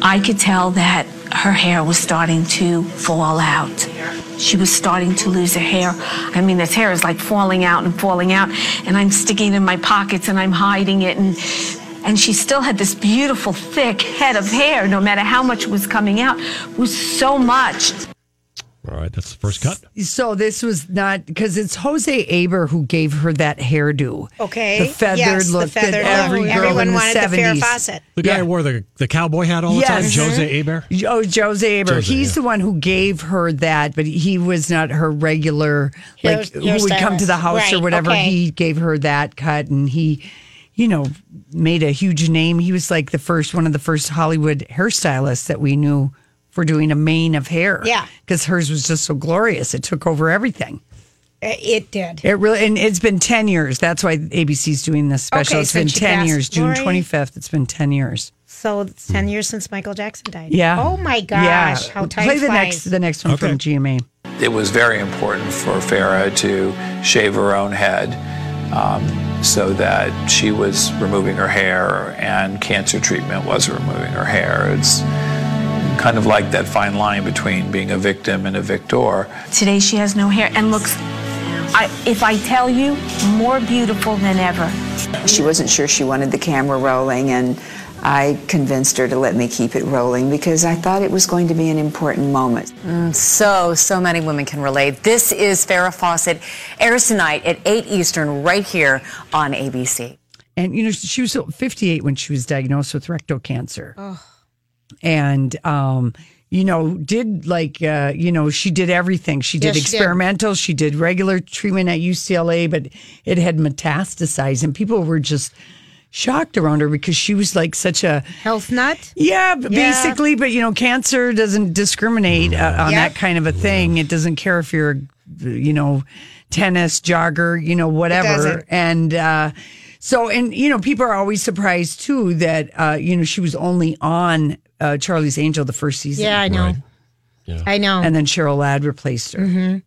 [SPEAKER 14] I could tell that her hair was starting to fall out. She was starting to lose her hair. I mean, this hair is like falling out and falling out, and I'm sticking it in my pockets and I'm hiding it and and she still had this beautiful thick head of hair no matter how much was coming out it was so much
[SPEAKER 1] All right, that's the first cut.
[SPEAKER 3] So this was not because it's Jose Aber who gave her that hairdo.
[SPEAKER 2] Okay.
[SPEAKER 3] the feathered
[SPEAKER 2] yes,
[SPEAKER 3] look
[SPEAKER 2] the feathered
[SPEAKER 3] that every
[SPEAKER 2] look.
[SPEAKER 3] girl
[SPEAKER 2] Everyone
[SPEAKER 3] in the
[SPEAKER 2] wanted the Farrah
[SPEAKER 3] seventies.
[SPEAKER 2] Fawcett.
[SPEAKER 1] The guy who wore the, the cowboy hat all the time,
[SPEAKER 3] Yes.
[SPEAKER 1] Jose Aber.
[SPEAKER 3] Oh, Jose Aber.
[SPEAKER 1] Jose,
[SPEAKER 3] He's
[SPEAKER 1] yeah.
[SPEAKER 3] the one who gave her that, but he was not her regular,
[SPEAKER 2] Hair-
[SPEAKER 3] like who would come to the
[SPEAKER 2] hairstylist.
[SPEAKER 3] house or
[SPEAKER 2] Right,
[SPEAKER 3] whatever.
[SPEAKER 2] okay.
[SPEAKER 3] He gave her that cut, and he, you know, made a huge name. He was like the first one of the first Hollywood hairstylists that we knew for doing a mane of hair.
[SPEAKER 2] Yeah.
[SPEAKER 3] because hers was just so glorious; it took over everything.
[SPEAKER 2] It did.
[SPEAKER 3] It really and it's been ten years. That's why ABC's doing this special.
[SPEAKER 2] Okay,
[SPEAKER 3] it's
[SPEAKER 2] so
[SPEAKER 3] been
[SPEAKER 2] she
[SPEAKER 3] ten
[SPEAKER 2] passed
[SPEAKER 3] years. June
[SPEAKER 2] Lori.
[SPEAKER 3] twenty fifth. It's been ten years.
[SPEAKER 2] So it's 10 years since Michael Jackson died.
[SPEAKER 3] Mm. Yeah.
[SPEAKER 2] Oh my gosh. How time
[SPEAKER 3] Play the
[SPEAKER 2] flies.
[SPEAKER 3] next the next one from GMA.
[SPEAKER 9] It was very important for Farah to shave her own head um, so that she was removing her hair and cancer treatment was removing her hair. It's kind of like that fine line between being a victim and a victor.
[SPEAKER 14] Today she has no hair and looks, I, if I tell you, more beautiful than ever.
[SPEAKER 13] She wasn't sure she wanted the camera rolling, and I convinced her to let me keep it rolling because I thought it was going to be an important moment.
[SPEAKER 15] So, so many women can relate. This is Farrah Fawcett, airs tonight at 8 Eastern, right here on ABC.
[SPEAKER 3] And you know, she was fifty eight when she was diagnosed with rectal cancer. And um you know, did like uh, you know, she did everything. She did
[SPEAKER 2] Yes, she did.
[SPEAKER 3] experimental, she did. regular treatment at UCLA, but it had metastasized and people were just shocked around her because she was like such a
[SPEAKER 2] Health nut?
[SPEAKER 3] Yeah, b-
[SPEAKER 2] Yeah.
[SPEAKER 3] basically, but you know, cancer doesn't discriminate uh, on
[SPEAKER 2] Yeah.
[SPEAKER 3] that kind of a thing. It doesn't care if you're, you know, tennis jogger, you know, whatever.
[SPEAKER 2] doesn't.
[SPEAKER 3] And uh, so, and you know, people are always surprised too that uh, you know she was only on uh, Charlie's Angel the first season,
[SPEAKER 2] Yeah, I know. I know. Mm-hmm.
[SPEAKER 3] and then Cheryl Ladd replaced her.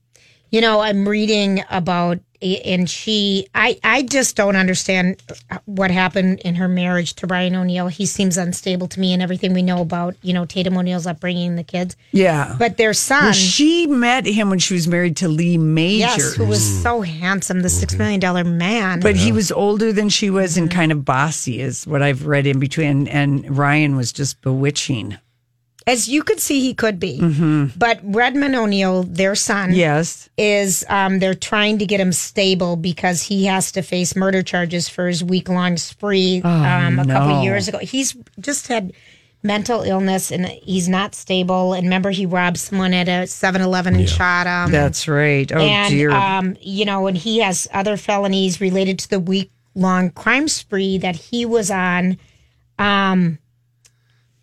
[SPEAKER 2] You know, I'm reading about and she I I just don't understand what happened in her marriage to Brian O'Neill. He seems unstable to me and everything we know about, you know, Tatum O'Neill's upbringing the kids.
[SPEAKER 3] Yeah.
[SPEAKER 2] But their son
[SPEAKER 3] Well, she met him when she was married to Lee Major.
[SPEAKER 2] Yes, who was so handsome, the six million dollar man.
[SPEAKER 3] Mm-hmm. But he was older than she was and
[SPEAKER 2] Mm-hmm.
[SPEAKER 3] kind of bossy, is what I've read in between. And, and Ryan was just bewitching.
[SPEAKER 2] as you could see, he could be.
[SPEAKER 3] hmm
[SPEAKER 2] But Redmond O'Neill, their son,
[SPEAKER 3] Yes.
[SPEAKER 2] is um, they're trying to get him stable because he has to face murder charges for his week long spree
[SPEAKER 3] Oh,
[SPEAKER 2] um, a couple
[SPEAKER 3] no.
[SPEAKER 2] years ago. He's just had mental illness and he's not stable. And remember, he robbed someone at a 7 Eleven and shot him.
[SPEAKER 3] That's right. Oh,
[SPEAKER 2] and,
[SPEAKER 3] dear.
[SPEAKER 2] Um, you know, and he has other felonies related to the week long crime spree that he was on. Um,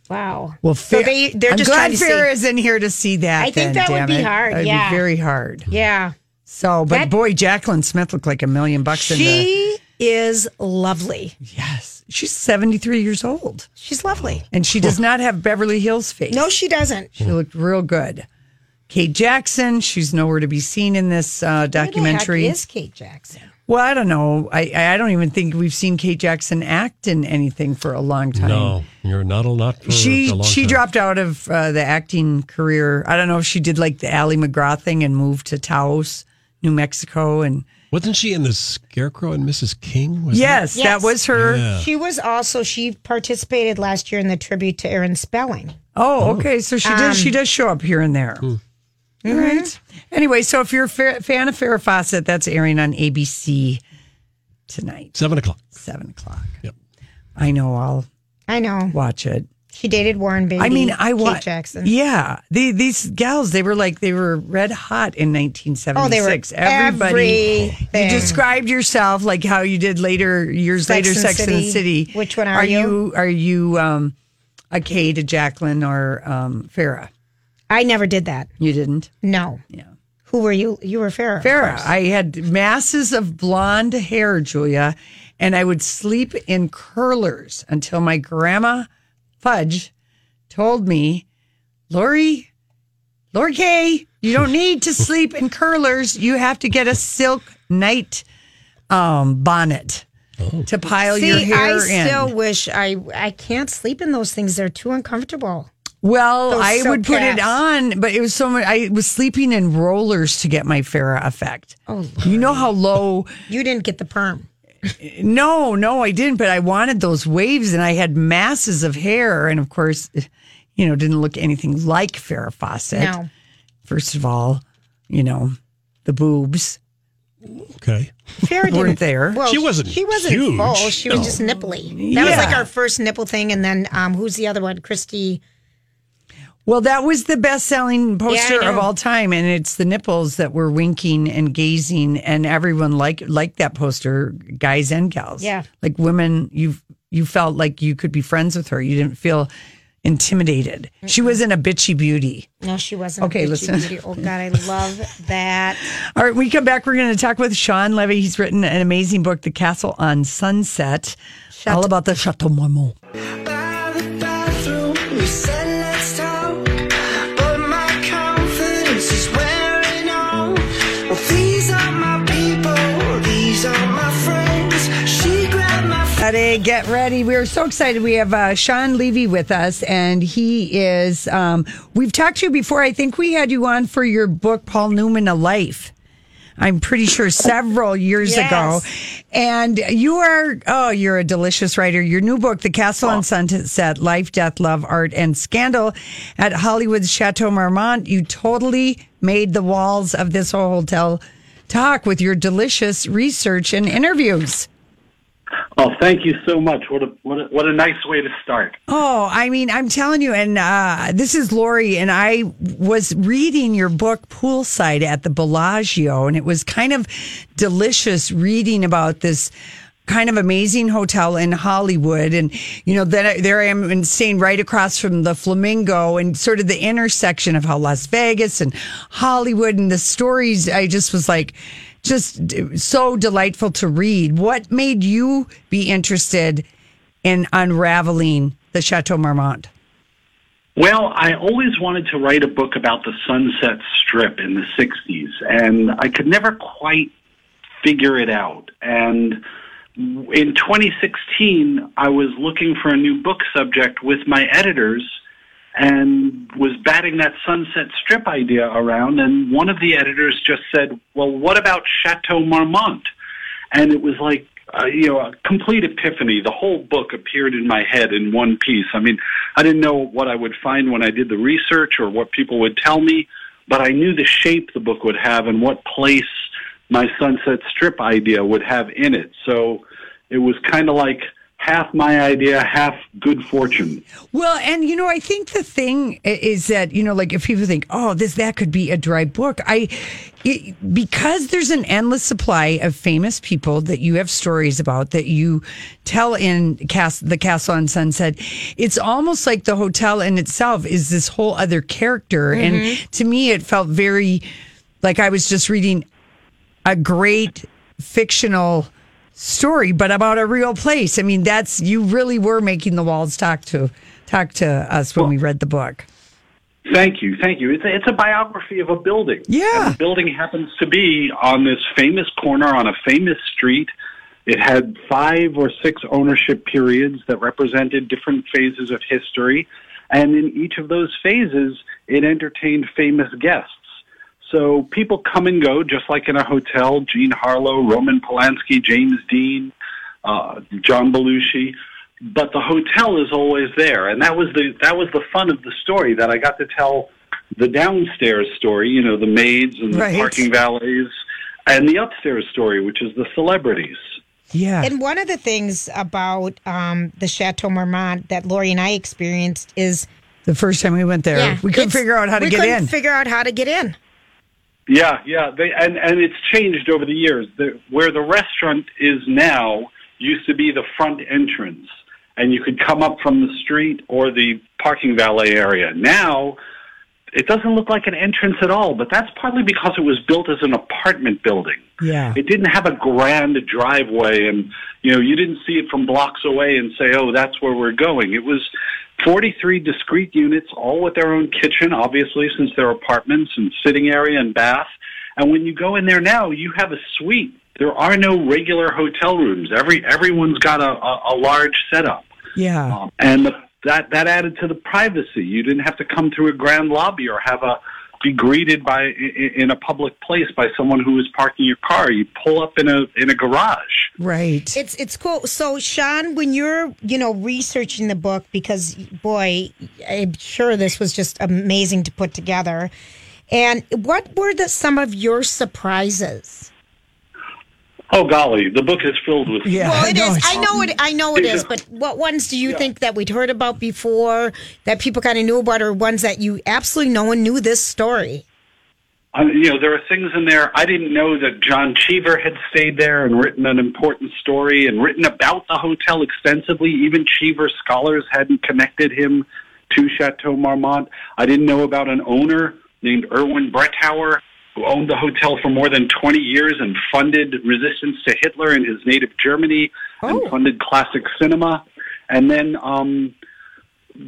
[SPEAKER 2] wow.
[SPEAKER 3] well,
[SPEAKER 2] so
[SPEAKER 3] Farrah-
[SPEAKER 2] they- they're
[SPEAKER 3] I'm
[SPEAKER 2] just trying
[SPEAKER 3] glad
[SPEAKER 2] to
[SPEAKER 3] Farrah
[SPEAKER 2] see-
[SPEAKER 3] is in here to see that.
[SPEAKER 2] I think
[SPEAKER 3] then,
[SPEAKER 2] that would
[SPEAKER 3] damn
[SPEAKER 2] be
[SPEAKER 3] it.
[SPEAKER 2] hard,
[SPEAKER 3] That'd
[SPEAKER 2] yeah.
[SPEAKER 3] be very hard.
[SPEAKER 2] Yeah.
[SPEAKER 3] uh, So, but
[SPEAKER 2] That-
[SPEAKER 3] boy, Jacqueline Smith looked like a million bucks in the.
[SPEAKER 2] She is lovely.
[SPEAKER 3] Yes. She's 73 years old.
[SPEAKER 2] She's lovely.
[SPEAKER 3] And she does not have Beverly Hills face.
[SPEAKER 2] No, she doesn't.
[SPEAKER 3] She looked real good. Kate Jackson, she's nowhere to be seen in this uh, documentary.
[SPEAKER 2] Who the heck is Kate Jackson?
[SPEAKER 3] Well, I don't know. I, I don't even think we've seen Kate Jackson act in anything for a long time.
[SPEAKER 1] No, you're not a not. For a
[SPEAKER 3] She
[SPEAKER 1] long
[SPEAKER 3] she
[SPEAKER 1] time.
[SPEAKER 3] dropped out of uh, the acting career. I don't know if she did like the Ally McGraw thing and moved to Taos, New Mexico, and
[SPEAKER 1] Wasn't she in the Scarecrow and Mrs. King? Was
[SPEAKER 3] yes,
[SPEAKER 1] that?
[SPEAKER 3] that was her.
[SPEAKER 1] Yeah.
[SPEAKER 2] She was also she participated last year in the tribute to Aaron Spelling.
[SPEAKER 3] Oh, okay. So she
[SPEAKER 2] Um,
[SPEAKER 3] does. She does show up here and there. All right. Anyway, so if you're a fa- fan of Farrah Fawcett, that's airing on ABC tonight,
[SPEAKER 1] seven o'clock.
[SPEAKER 3] seven o'clock. Yep. I know. I'll
[SPEAKER 2] I know
[SPEAKER 3] watch it.
[SPEAKER 2] she dated Warren Beatty.
[SPEAKER 3] I mean, I
[SPEAKER 2] Kate
[SPEAKER 3] wa-
[SPEAKER 2] Jackson.
[SPEAKER 3] Yeah, the, these gals, they were like they were red hot in 1976.
[SPEAKER 2] Oh, they were
[SPEAKER 3] Everybody,
[SPEAKER 2] everything.
[SPEAKER 3] you described yourself like how you did later years
[SPEAKER 2] Sex
[SPEAKER 3] later,
[SPEAKER 2] and
[SPEAKER 3] Sex and the
[SPEAKER 2] City.
[SPEAKER 3] City.
[SPEAKER 2] Which one are you?
[SPEAKER 3] Are you um, a Kay to Jacqueline or um, Farah?
[SPEAKER 2] I never did that.
[SPEAKER 3] You didn't.
[SPEAKER 2] No.
[SPEAKER 3] Yeah.
[SPEAKER 2] Who were you? You were Farrah. of
[SPEAKER 3] Farrah.
[SPEAKER 2] course.
[SPEAKER 3] I had masses of blonde hair, Julia, and I would sleep in curlers until my grandma Fudge told me, Lori, Lori Kay, you don't need to sleep in curlers. You have to get a silk night um, bonnet to pile your
[SPEAKER 2] See,
[SPEAKER 3] hair
[SPEAKER 2] I still
[SPEAKER 3] in.
[SPEAKER 2] wish I I can't sleep in those things. They're too uncomfortable.
[SPEAKER 3] Well,
[SPEAKER 2] those
[SPEAKER 3] I
[SPEAKER 2] silk
[SPEAKER 3] would put it
[SPEAKER 2] caps.
[SPEAKER 3] on, but it was so much. I was sleeping in rollers to get my Farrah effect.
[SPEAKER 2] Oh,
[SPEAKER 3] You know how low.
[SPEAKER 2] you didn't get the perm.
[SPEAKER 3] No, no, I didn't. But I wanted those waves, and I had masses of hair, and of course, you know, didn't look anything like Farrah Fawcett.
[SPEAKER 2] No.
[SPEAKER 3] First of all, you know, the boobs
[SPEAKER 1] Okay.
[SPEAKER 2] Farrah
[SPEAKER 3] weren't
[SPEAKER 2] didn't.
[SPEAKER 3] there.
[SPEAKER 2] Well,
[SPEAKER 1] She wasn't
[SPEAKER 2] She wasn't
[SPEAKER 1] huge.
[SPEAKER 2] full. She was
[SPEAKER 1] No.
[SPEAKER 2] just nipply. That was
[SPEAKER 3] Yeah.
[SPEAKER 2] like our first nipple thing. And then um, who's the other one? Christy.
[SPEAKER 3] Well, that was the best-selling poster
[SPEAKER 2] know.
[SPEAKER 3] of all time, and it's the nipples that were winking and gazing, and everyone like liked that poster, guys and gals.
[SPEAKER 2] Yeah.
[SPEAKER 3] like women, you you felt like you could be friends with her. You didn't feel intimidated. She wasn't a bitchy beauty.
[SPEAKER 2] No, she wasn't.
[SPEAKER 3] Okay,
[SPEAKER 2] Bitchy
[SPEAKER 3] listen.
[SPEAKER 2] Beauty. Oh God, I love that.
[SPEAKER 3] All right, when we come back. We're going to talk with Sean Levy. He's written an amazing book, The Castle on Sunset, all about the Chateau Marmont. Buddy, get ready. We're so excited. We have uh, Sean Levy with us, and he is. Um, we've talked to you before. I think we had you on for your book, Paul Newman, A Life. I'm pretty sure several years
[SPEAKER 2] Yes.
[SPEAKER 3] ago. And you are, oh, you're a delicious writer. Your new book, The Castle on Sunset Life, Death, Love, Art, and Scandal at Hollywood's Chateau Marmont. You totally made the walls of this whole hotel talk with your delicious research and interviews.
[SPEAKER 16] Oh, thank you so much. What a what a, what a nice way to start.
[SPEAKER 3] Oh, I mean, I'm telling you, and uh, this is Lori, and I was reading your book poolside at the Bellagio, and it was kind of delicious reading about this kind of amazing hotel in Hollywood, and you know, then I, there I am and staying right across from the Flamingo, and sort of the intersection of how Las Vegas and Hollywood, and the stories. I just was like. Just d- so delightful to read. What made you be interested in unraveling the Chateau Marmont.
[SPEAKER 16] Well, I always wanted to write a book about the Sunset Strip in the 60s, and I could never quite figure it out. And in 2016, I was looking for a new book subject with my editors and was batting that Sunset Strip idea around. And one of the editors just said, Well, what about Chateau Marmont? And it was like, uh, you know, a complete epiphany. The whole book appeared in my head in one piece. I mean, I didn't know what I would find when I did the research or what people would tell me, but I knew the shape the book would have and what place my Sunset Strip idea would have in it. So it was kind of like half my idea, half good fortune.
[SPEAKER 3] Well, and you know, I think the thing i- is that you know, like if people think, "Oh, this that could be a dry book," I it, because there's an endless supply of famous people that you have stories about that you tell in cast the Castle on Sunset. It's almost like the hotel in itself is this whole other character,
[SPEAKER 4] Mhm.
[SPEAKER 3] and to me, it felt very like I was just reading a great fictional story, but about a real place. I mean, that's you really were making the walls talk to talk to us when we read the book.
[SPEAKER 16] Thank you, thank you. It's a, it's a biography of a building.
[SPEAKER 3] Yeah,
[SPEAKER 16] and the building happens to be on this famous corner on a famous street. It had five or six ownership periods that represented different phases of history, and in each of those phases, it entertained famous guests. So people come and go, just like in a hotel. Gene Harlow, Roman Polanski, James Dean, uh, John Belushi but the hotel is always there and that was the that was the fun of the story that I got to tell the downstairs story, you know, the maids and the
[SPEAKER 2] Right.
[SPEAKER 16] parking valets and the upstairs story which is the celebrities.
[SPEAKER 3] Yeah.
[SPEAKER 2] And one of the things about um, the Chateau Marmont that Lori and I experienced is
[SPEAKER 3] The first time we went there,
[SPEAKER 2] Yeah,
[SPEAKER 3] we couldn't
[SPEAKER 2] it's-
[SPEAKER 3] figure out how to
[SPEAKER 2] we
[SPEAKER 3] get
[SPEAKER 2] couldn't
[SPEAKER 3] in.
[SPEAKER 2] Figure out how to get in.
[SPEAKER 16] Yeah, yeah, they and and it's changed over the years. The, where the restaurant is now used to be the front entrance and you could come up from the street or the parking valet area. Now it doesn't look like an entrance at all, but that's partly because it was built as an apartment building.
[SPEAKER 3] Yeah.
[SPEAKER 16] It didn't have a grand driveway, and you know you didn't see it from blocks away and say, "Oh, that's where we're going." It was 43 discrete units, all with their own kitchen, obviously, since they're apartments and sitting area and bath. And when you go in there now, you have a suite. There are no regular hotel rooms. Every everyone's got a, a, a large setup
[SPEAKER 3] Yeah.
[SPEAKER 16] Um, and the, that that added to the privacy. You didn't have to come through a grand lobby or have a be greeted by in, in a public place by someone who was parking your car. You pull up in a in a garage.
[SPEAKER 3] Right.
[SPEAKER 2] It's it's cool. So Sean, when you're you know researching the book, because boy, I'm sure this was just amazing to put together. And what were the some of your surprises?
[SPEAKER 16] Oh golly, the book is filled with
[SPEAKER 2] well, it is. I know it. I know it is. But what ones do you think that we'd heard about before that people kind of knew about, or ones that you absolutely no one knew this story?
[SPEAKER 16] I, you know, there are things in there I didn't know that John Cheever had stayed there and written an important story and written about the hotel extensively. Even Cheever scholars hadn't connected him to Chateau Marmont. I didn't know about an owner named Erwin Brettauer who owned the hotel for more than 20 years and funded resistance to Hitler in his native Germany and funded classic cinema. And then um,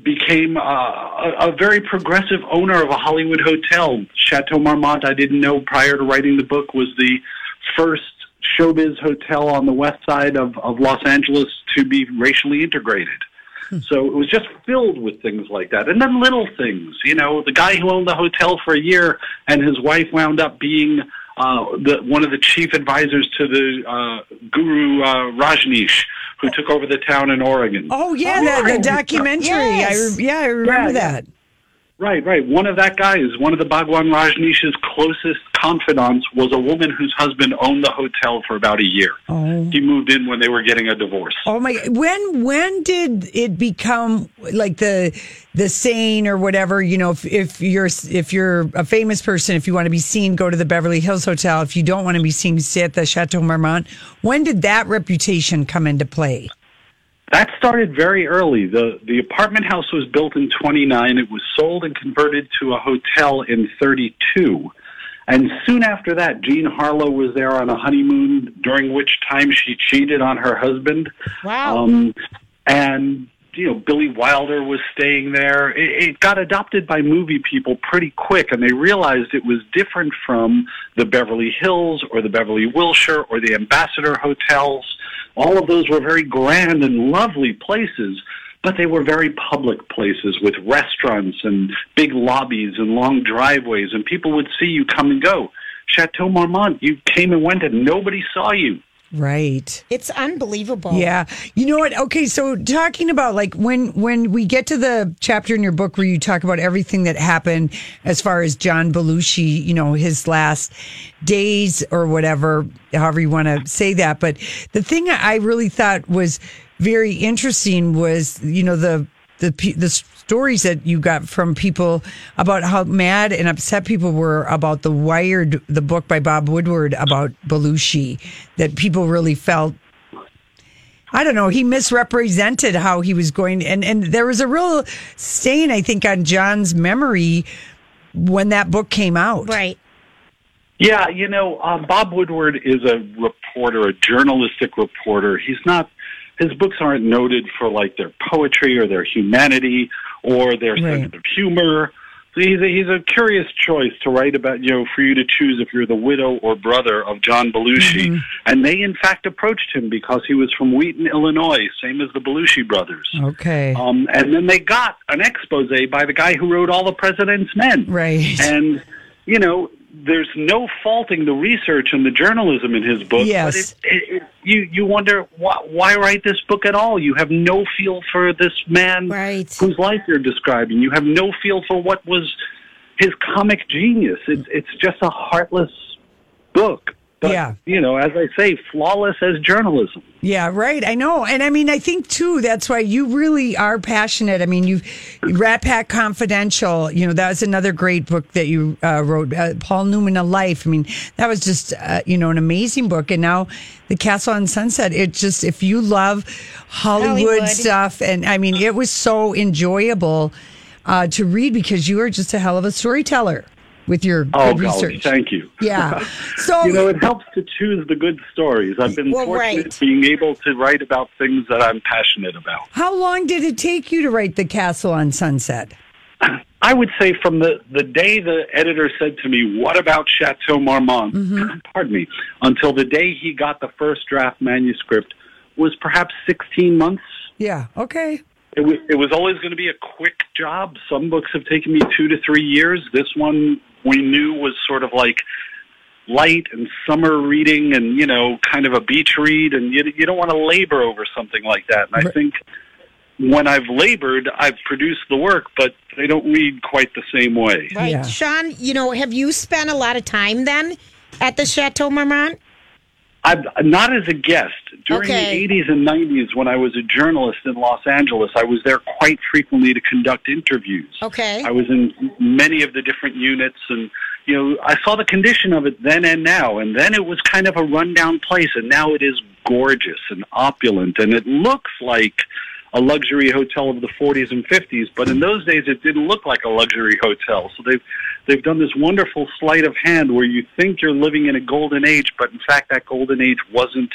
[SPEAKER 16] became uh, a, a very progressive owner of a Hollywood hotel. Chateau Marmont, I didn't know prior to writing the book, was the first showbiz hotel on the west side of, of Los Angeles to be racially integrated. So it was just filled with things like that. And then little things, you know, the guy who owned the hotel for a year and his wife wound up being uh, the, one of the chief advisors to the uh, guru uh, Rajneesh, who took over the town in Oregon.
[SPEAKER 3] Oh yeah, the, the documentary. I re- yeah, I remember that.
[SPEAKER 16] Right, right. One of that guy is one of the Bhagwan Rajneesh's closest confidants was a woman whose husband owned the hotel for about a year.
[SPEAKER 3] Oh.
[SPEAKER 16] He moved in when they were getting a divorce.
[SPEAKER 3] Oh my! When when did it become like the the saying or whatever? You know, if, if you're if you're a famous person, if you want to be seen, go to the Beverly Hills Hotel. If you don't want to be seen, stay at the Chateau Marmont. When did that reputation come into play?
[SPEAKER 16] That started very early. The the apartment house was built in 29. It was sold and converted to a hotel in 32. And soon after that, Jean Harlow was there on a honeymoon during which time she cheated on her husband.
[SPEAKER 2] Wow.
[SPEAKER 16] Um, and you know, Billy Wilder was staying there. It, it got adopted by movie people pretty quick, and they realized it was different from the Beverly Hills or the Beverly Wilshire or the Ambassador Hotels. All of those were very grand and lovely places, but they were very public places with restaurants and big lobbies and long driveways, and people would see you come and go. Chateau Marmont, you came and went, and nobody saw you.
[SPEAKER 3] Right.
[SPEAKER 2] It's unbelievable.
[SPEAKER 3] Yeah. You know what? Okay, so talking about like when when we get to the chapter in your book where you talk about everything that happened as far as John Belushi, you know, his last days or whatever, however you want to say that, but the thing I really thought was very interesting was, you know, the the pe- the stories that you got from people about how mad and upset people were about the Wired, the book by Bob Woodward about Belushi, that people really felt. I don't know. He misrepresented how he was going, and and there was a real stain, I think, on John's memory when that book came out.
[SPEAKER 2] Right.
[SPEAKER 16] Yeah, you know, um, Bob Woodward is a reporter, a journalistic reporter. He's not. His books aren't noted for like their poetry or their humanity or their sense of humor. So he's a, he's a curious choice to write about. You know, for you to choose if you're the widow or brother of John Belushi. And they, in fact, approached him because he was from Wheaton, Illinois, same as the Belushi brothers.
[SPEAKER 3] Oh, Okay.
[SPEAKER 16] Um, and then they got an expose by the guy who wrote All the President's Men.
[SPEAKER 3] Right.
[SPEAKER 16] And, you know, there's no faulting the research and the journalism in his book.
[SPEAKER 3] Yes.
[SPEAKER 16] But it, it, it, you, you wonder why, why write this book at all? You have no feel for this man whose life you're describing. You have no feel for what was his comic genius. It's, it's just a heartless book. But,
[SPEAKER 3] Yeah.
[SPEAKER 16] you know, as I say, flawless as journalism.
[SPEAKER 3] Yeah, right. I know. And I mean, I think too, that's why you really are passionate. I mean, you've Rat Pack Confidential, you know, that was another great book that you uh, wrote, uh, Paul Newman, A Life. I mean, that was just, uh, you know, an amazing book. And now The Castle on Sunset, it just, if you love Hollywood,
[SPEAKER 2] Hollywood.
[SPEAKER 3] stuff, and I mean, it was so enjoyable uh, to read because you are just a hell of a storyteller with your
[SPEAKER 16] Oh,
[SPEAKER 3] good
[SPEAKER 16] golly,
[SPEAKER 3] research.
[SPEAKER 16] thank you.
[SPEAKER 3] Yeah. So,
[SPEAKER 16] you know, it helps to choose the good stories. I've been
[SPEAKER 3] Oh. Well,
[SPEAKER 16] fortunate
[SPEAKER 3] right.
[SPEAKER 16] being able to write about things that I'm passionate about.
[SPEAKER 3] how long did it take you to write The Castle on Sunset?
[SPEAKER 16] I would say from the, the day the editor said to me, What about Chateau Marmont?
[SPEAKER 3] Mm-hmm.
[SPEAKER 16] Pardon me, until the day he got the first draft manuscript was perhaps 16 months.
[SPEAKER 3] Yeah. Okay.
[SPEAKER 16] It, w- it was always going to be a quick job. Some books have taken me two to three years. This one we knew was sort of like light and summer reading and, you know, kind of a beach read. And you, you don't want to labor over something like that. And I think when I've labored, I've produced the work, but they don't read quite the same way.
[SPEAKER 2] Right. Sean, you know, have you spent a lot of time then at the Chateau Marmont?
[SPEAKER 16] I'm not as a guest. During
[SPEAKER 2] Okay.
[SPEAKER 16] the 80s and 90s, when I was a journalist in Los Angeles, I was there quite frequently to conduct interviews.
[SPEAKER 2] Okay.
[SPEAKER 16] I was in many of the different units, and you know, I saw the condition of it then and now. And then it was kind of a rundown place, and now it is gorgeous and opulent, and it looks like a luxury hotel of the 40s and 50s. But in those days, it didn't look like a luxury hotel. So they've they've done this wonderful sleight of hand where you think you're living in a golden age, but in fact, that golden age wasn't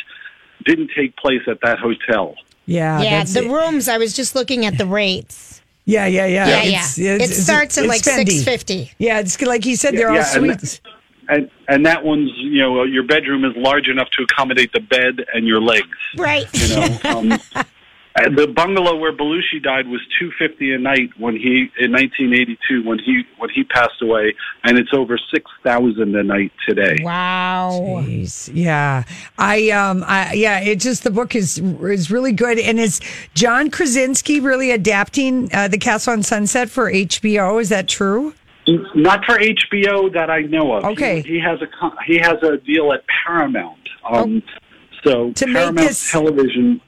[SPEAKER 16] didn't take place at that hotel.
[SPEAKER 3] Yeah.
[SPEAKER 2] yeah,
[SPEAKER 3] that's
[SPEAKER 2] the
[SPEAKER 3] it.
[SPEAKER 2] rooms. I was just looking at the rates.
[SPEAKER 3] Yeah, yeah, yeah.
[SPEAKER 2] Yeah, yeah. It starts at like
[SPEAKER 3] spendy.
[SPEAKER 2] 650.
[SPEAKER 3] Yeah, it's like he said, they're all
[SPEAKER 16] and
[SPEAKER 3] sweets.
[SPEAKER 16] that- And, and that one's, you know, your bedroom is large enough to accommodate the bed and your legs.
[SPEAKER 2] Right.
[SPEAKER 16] You know, um, and the bungalow where Belushi died was two fifty a night when he in nineteen eighty two when he when he passed away, and it's over six thousand a night today.
[SPEAKER 2] Wow.
[SPEAKER 3] Yeah, I um, I yeah, it just the book is is really good, and is John Krasinski really adapting uh, the Castle on Sunset for HBO? Is that true?
[SPEAKER 16] N- Not for HBO that I know of.
[SPEAKER 3] Okay.
[SPEAKER 16] he, he has a con- he has a deal at Paramount. Um, So
[SPEAKER 3] Oh. To make
[SPEAKER 16] Paramount
[SPEAKER 3] this-
[SPEAKER 16] Television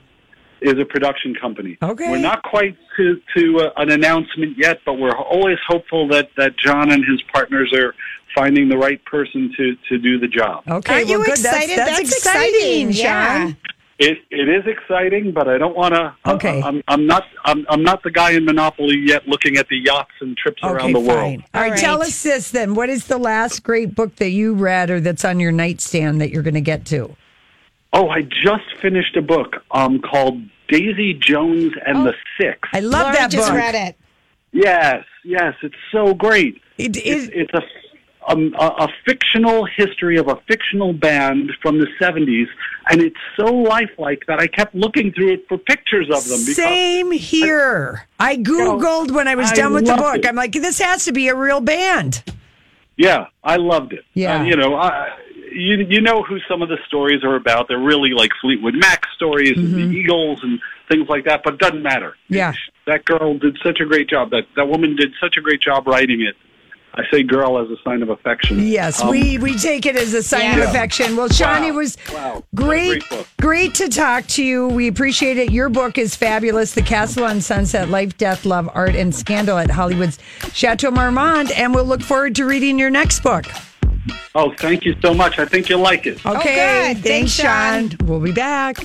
[SPEAKER 16] is a production company.
[SPEAKER 3] Okay.
[SPEAKER 16] we're not quite to to uh, an announcement yet, but we're always hopeful that that John and his partners are finding the right person to to do the job.
[SPEAKER 3] Okay,
[SPEAKER 2] Aren't
[SPEAKER 3] well,
[SPEAKER 2] you
[SPEAKER 3] good.
[SPEAKER 2] excited?
[SPEAKER 3] That's, that's,
[SPEAKER 2] That's
[SPEAKER 3] exciting,
[SPEAKER 2] exciting,
[SPEAKER 3] John.
[SPEAKER 2] yeah.
[SPEAKER 16] It it is exciting, but I don't want to.
[SPEAKER 3] Okay.
[SPEAKER 16] I'm, I'm not I'm I'm not the guy in Monopoly yet, looking at the yachts and trips around the world.
[SPEAKER 3] All right, tell us this then. What is the last great book that you read or that's on your nightstand that you're going to get to?
[SPEAKER 16] Oh, I just finished a book um, called Daisy Jones and the Six.
[SPEAKER 3] Oh, I love
[SPEAKER 2] Laura just read it.
[SPEAKER 16] Yes, yes, it's so great. it's, it's a, um, a a fictional history of a fictional band from the '70s, and it's so lifelike that I kept looking through it for pictures of them. Because
[SPEAKER 3] Same here. I Googled when I was
[SPEAKER 16] I
[SPEAKER 3] done with the
[SPEAKER 16] love
[SPEAKER 3] book.
[SPEAKER 16] it.
[SPEAKER 3] I'm like, this has to be a real band.
[SPEAKER 16] Yeah, I loved it.
[SPEAKER 3] Yeah.
[SPEAKER 16] Uh, you know, I, you you know who some of the stories are about. They're really like Fleetwood Mac stories and the Eagles and things like that. But it doesn't matter.
[SPEAKER 3] Mm-hmm. Yeah.
[SPEAKER 16] That girl did such a great job. That that woman did such a great job writing it. I say "girl" as a sign of affection.
[SPEAKER 3] Yes,
[SPEAKER 16] Um,
[SPEAKER 3] we, we take it as a sign of
[SPEAKER 16] Yeah.
[SPEAKER 3] affection. Well, Sean, it was great,
[SPEAKER 16] Great book.
[SPEAKER 3] great to talk to you. We appreciate it. Your book is fabulous The Castle on Sunset Life, Death, Love, Art, and Scandal at Hollywood's Chateau Marmont. And we'll look forward to reading your next book.
[SPEAKER 16] Oh, thank you so much. I think you'll like it.
[SPEAKER 3] Okay. Thanks, Sean. We'll be back.